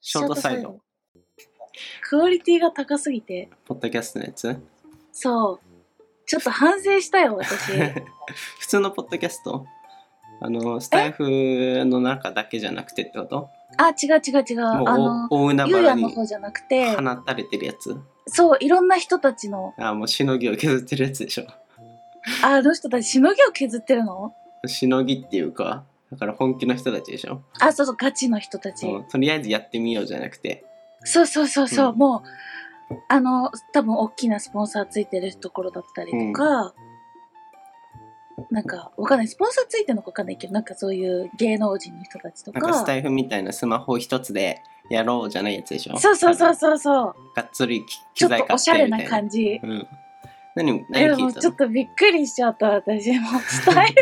ショートサイド。クオリティが高すぎてポッドキャストのやつそうちょっと反省したよ 私普通のポッドキャストあのスタイフの中だけじゃなくてってことあ違う違う違うあものうお大海ゆう原やのに方じゃなくて放たれてるやつそういろんな人たちのあもうしのぎを削ってるやつでしょああの人たちしのぎを削ってるのしのぎっていうかだから本気の人たちでしょあそうそうガチの人たちそうとりあえずやってみようじゃなくてそうそうそうそうう、んもうあの多分大きなスポンサーついてるところだったりとか、なんかわかんないスポンサーついてるのかわかんないけどなんかそういう芸能人の人たちとかなんかスタイフみたいなスマホ一つでやろうじゃないやつでしょそうそうそうそうそうあのがっつりきち機ょっと材買おっしゃれてみたないな感じうん何で何聞もいたちょのっとびっくりしちゃった私もスタイ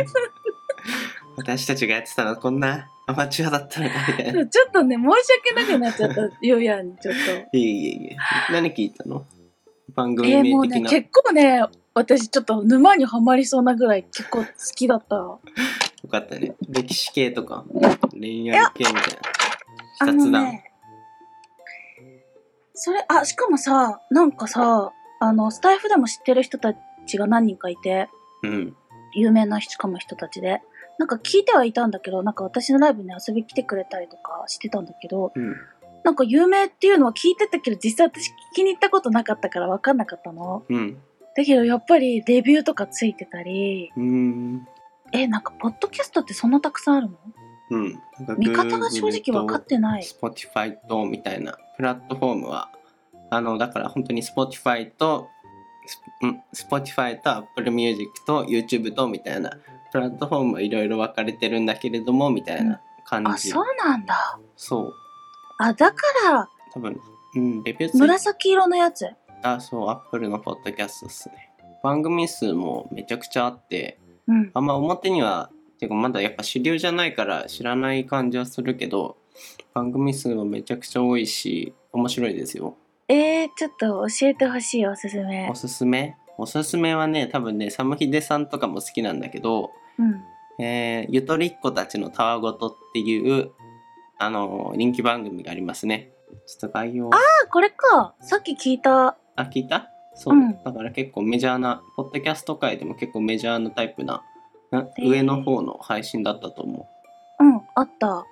私たちがやってたのこんなアマチュアだったのかみたいなルちょっとね申し訳なくなっちゃったようやんちょっと いえいえいえ何聞いたの番組えー、もう名的ねな、結構ね私ちょっと沼にはまりそうなぐらい結構好きだったよかったね歴史系とか恋愛系みたいあなの雑談、ね、それ、あ、しかもさ、なんかさ、あの、スタイフでも知ってる人たちが何人かいて、うん有名な人かも人たちで。なんか聞いてはいたんだけど、なんか私のライブに遊びに来てくれたりとかしてたんだけど、うんなんか有名っていうのは聞いてたけど、実際私聞きに行ったことなかったから分かんなかったの。うんだけどやっぱりレビューとかついてたり、うんえ、なんかポッドキャストってそんなたくさんあるのうんなんか見方が正直分かってない。 Spotify とみたいなプラットフォームはあのだから本当に Spotify とスうん、Spotify と Apple Music と YouTube とみたいなプラットフォームはいろいろ分かれてるんだけれどもみたいな感あ、じ、そうなんだ。そうあ、だから、多分うんレビューつい紫色のやつ。あそうアップルのポッドキャストっすね番組数もめちゃくちゃあってうん。あんま表にはてかまだやっぱ主流じゃないから知らない感じはするけど番組数もめちゃくちゃ多いし面白いですよえー、ちょっと教えてほしいおすすめお。すすめおすすめはね多分ねサムヒデさんとかも好きなんだけど、うん。えーゆとりっ子たちのたわごとっていうあの人気番組がありますねちょっと概要あ、これか。さっき聞いた。あ聞いたそう、うんだから結構メジャーなポッドキャスト界でも結構メジャーなタイプななへー上の方の配信だったと思ううん、あった。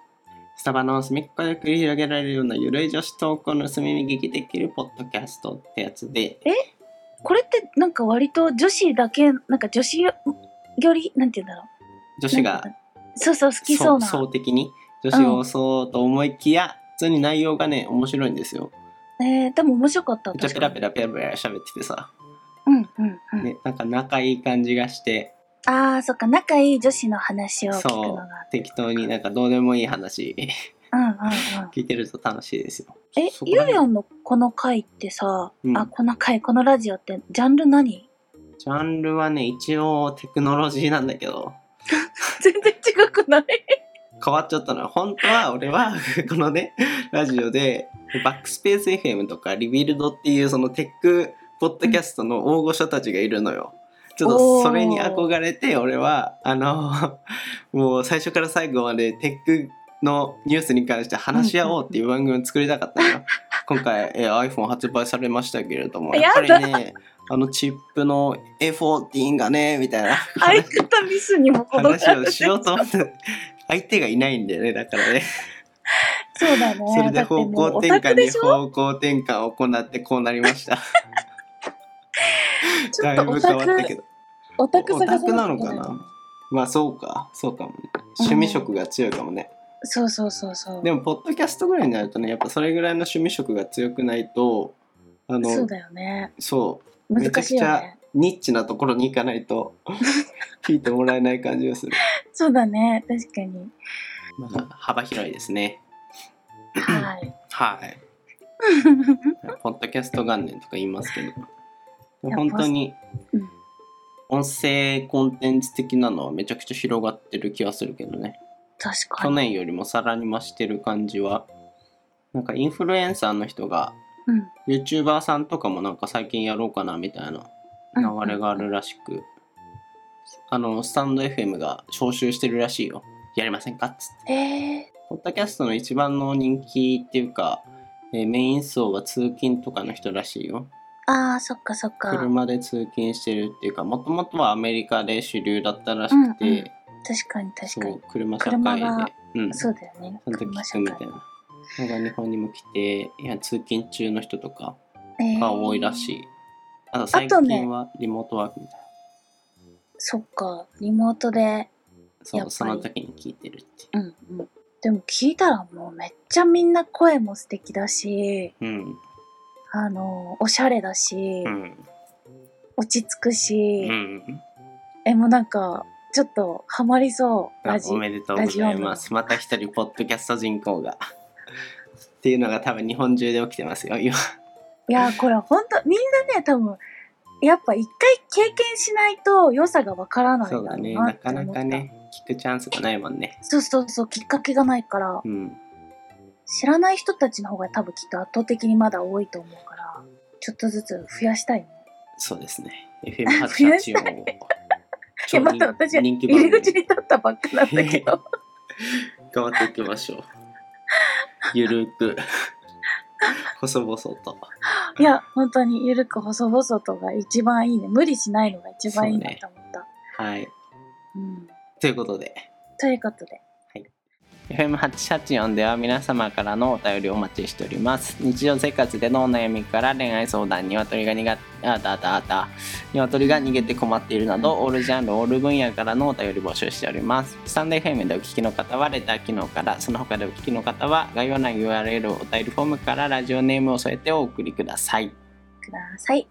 スタバの隅っこで繰り広げられるようなゆるい女子投稿の盗み聞きできるポッドキャストってやつでこれってなんか割と女子だけ、なんか女子より、なんて言うんだろう。女子がなんて言うんだろうそうそう、好きそうな。層的に女子をそうと思いきや、普通に内容がね面白いんですよえー、でも面白かった。めっちゃペ確ラかペにラペラペラ喋っててさ、うん、うん、うん。ね、なんか仲いい感じがしてああ、そっか、仲いい女子の話を聞くのそうが。適当になんかどうでもいい話 うん、うん、うん。聞いてると楽しいですよえそ、こゆらう辺やんのこの回ってさ、うんあ、この回、このラジオって、ジャンル何 ジャンルはね、一応テクノロジーなんだけど、全然違くない変わっちゃったのは、本当は俺は、 このね、ラジオで、バックスペース FM とか、リビルドっていうそのテックポッドキャストの大御所たちがいるのよ。ちょっとそれに憧れて、俺は、あの、もう最初から最後までテックのニュースに関して話し合おうっていう番組を作りたかったのよ。今回、えー iPhone 発売されましたけれども、やっぱりね、あのチップの A14 がね、みたいな。相方ミスにも程が話あをるしようと思 って相手がいないんだよねだからねそうだね。それでだっても方う向転オタク換にでしょ方向転換を行ってこうなりました ちょだっいとぶオ変タわっクたけどオタク探さオタクなのかきゃいけいなまあそうかそうかもね趣味色が強いかもね、そうそうそうそう。でもポッドキャストぐらいになるとねやっぱそれぐらいの趣味色が強くないとあのそうだよね。そうめちゃ難くしいよちゃね。ニッチなところに行かないと 聞いてもらえない感じがする、そうだね。確かに。まあ、幅広いですね はい。はいポッドキャスト元年とか言いますけど、や本当にうん音声コンテンツ的なのはめちゃくちゃ広がってる気はするけどね、確か去に。年よりもさらに増してる感じは、なんかインフルエンサーの人が、うん。 YouTuber さんとかもなんか最近やろうかなみたいな流れがあるらしく、あの、スタンド FM が招集してるらしいよ。やりませんかっつって。えポッドキャストの一番の人気っていうか、えーメイン層は通勤とかの人らしいよああ、そっかそっか。確車で通勤してるっていうかもともとはアメリカで主流だったらしくて、うんうんかに確かそにう。車社車会がで、うん、そうだよね。その時車聞社くみ会たいなそれが日本にも来ていや通勤中の人とかえが多いらしい。い、あと最あとね近はリモートワークみたいな、そっか、リモートで。そやっぱうりその時に聞いてるっていうんうん。でも聞いたらもうめっちゃみんな声も素敵だし、ううんあの、おしゃれだし、うん落ち着くうし、んえ、もうなんか、ちょっとハマりそう、あラジおめでとうございますまた一人ポッドキャスト人口がっていうのが多分日本中で起きてますよ今いやーこれほんとみんなね多分やっぱ一回経験しないと良さがわからないんそうだだろうねななってか思ったなかね聞くチャンスがないもんねそうそうそうきっかけがないからうん知らない人たちの方が多分きっと圧倒的にまだ多いと思うからちょっとずつ増やしたいねそうです ね FM88 をえまた私は人気入番り組口に立ったばっかなんだけど頑張っていきましょう。ゆるく。 細々と。 いや本当にゆるく細々とが一番いいね無理しないのが一番いいなと思ったはい。う,、ということで、んということで FM884 では皆様からのお便りをお待ちしております。日常生活でのお悩みから恋愛相談、鶏が苦手、あだあだあだ、鶏が逃げて困っているなど、オールジャンル、オール分野からのお便り募集しております。スタンド FM でお聞きの方はレター機能から、その他でお聞きの方は概要欄 URL お便りフォームからラジオネームを添えてお送りください。ください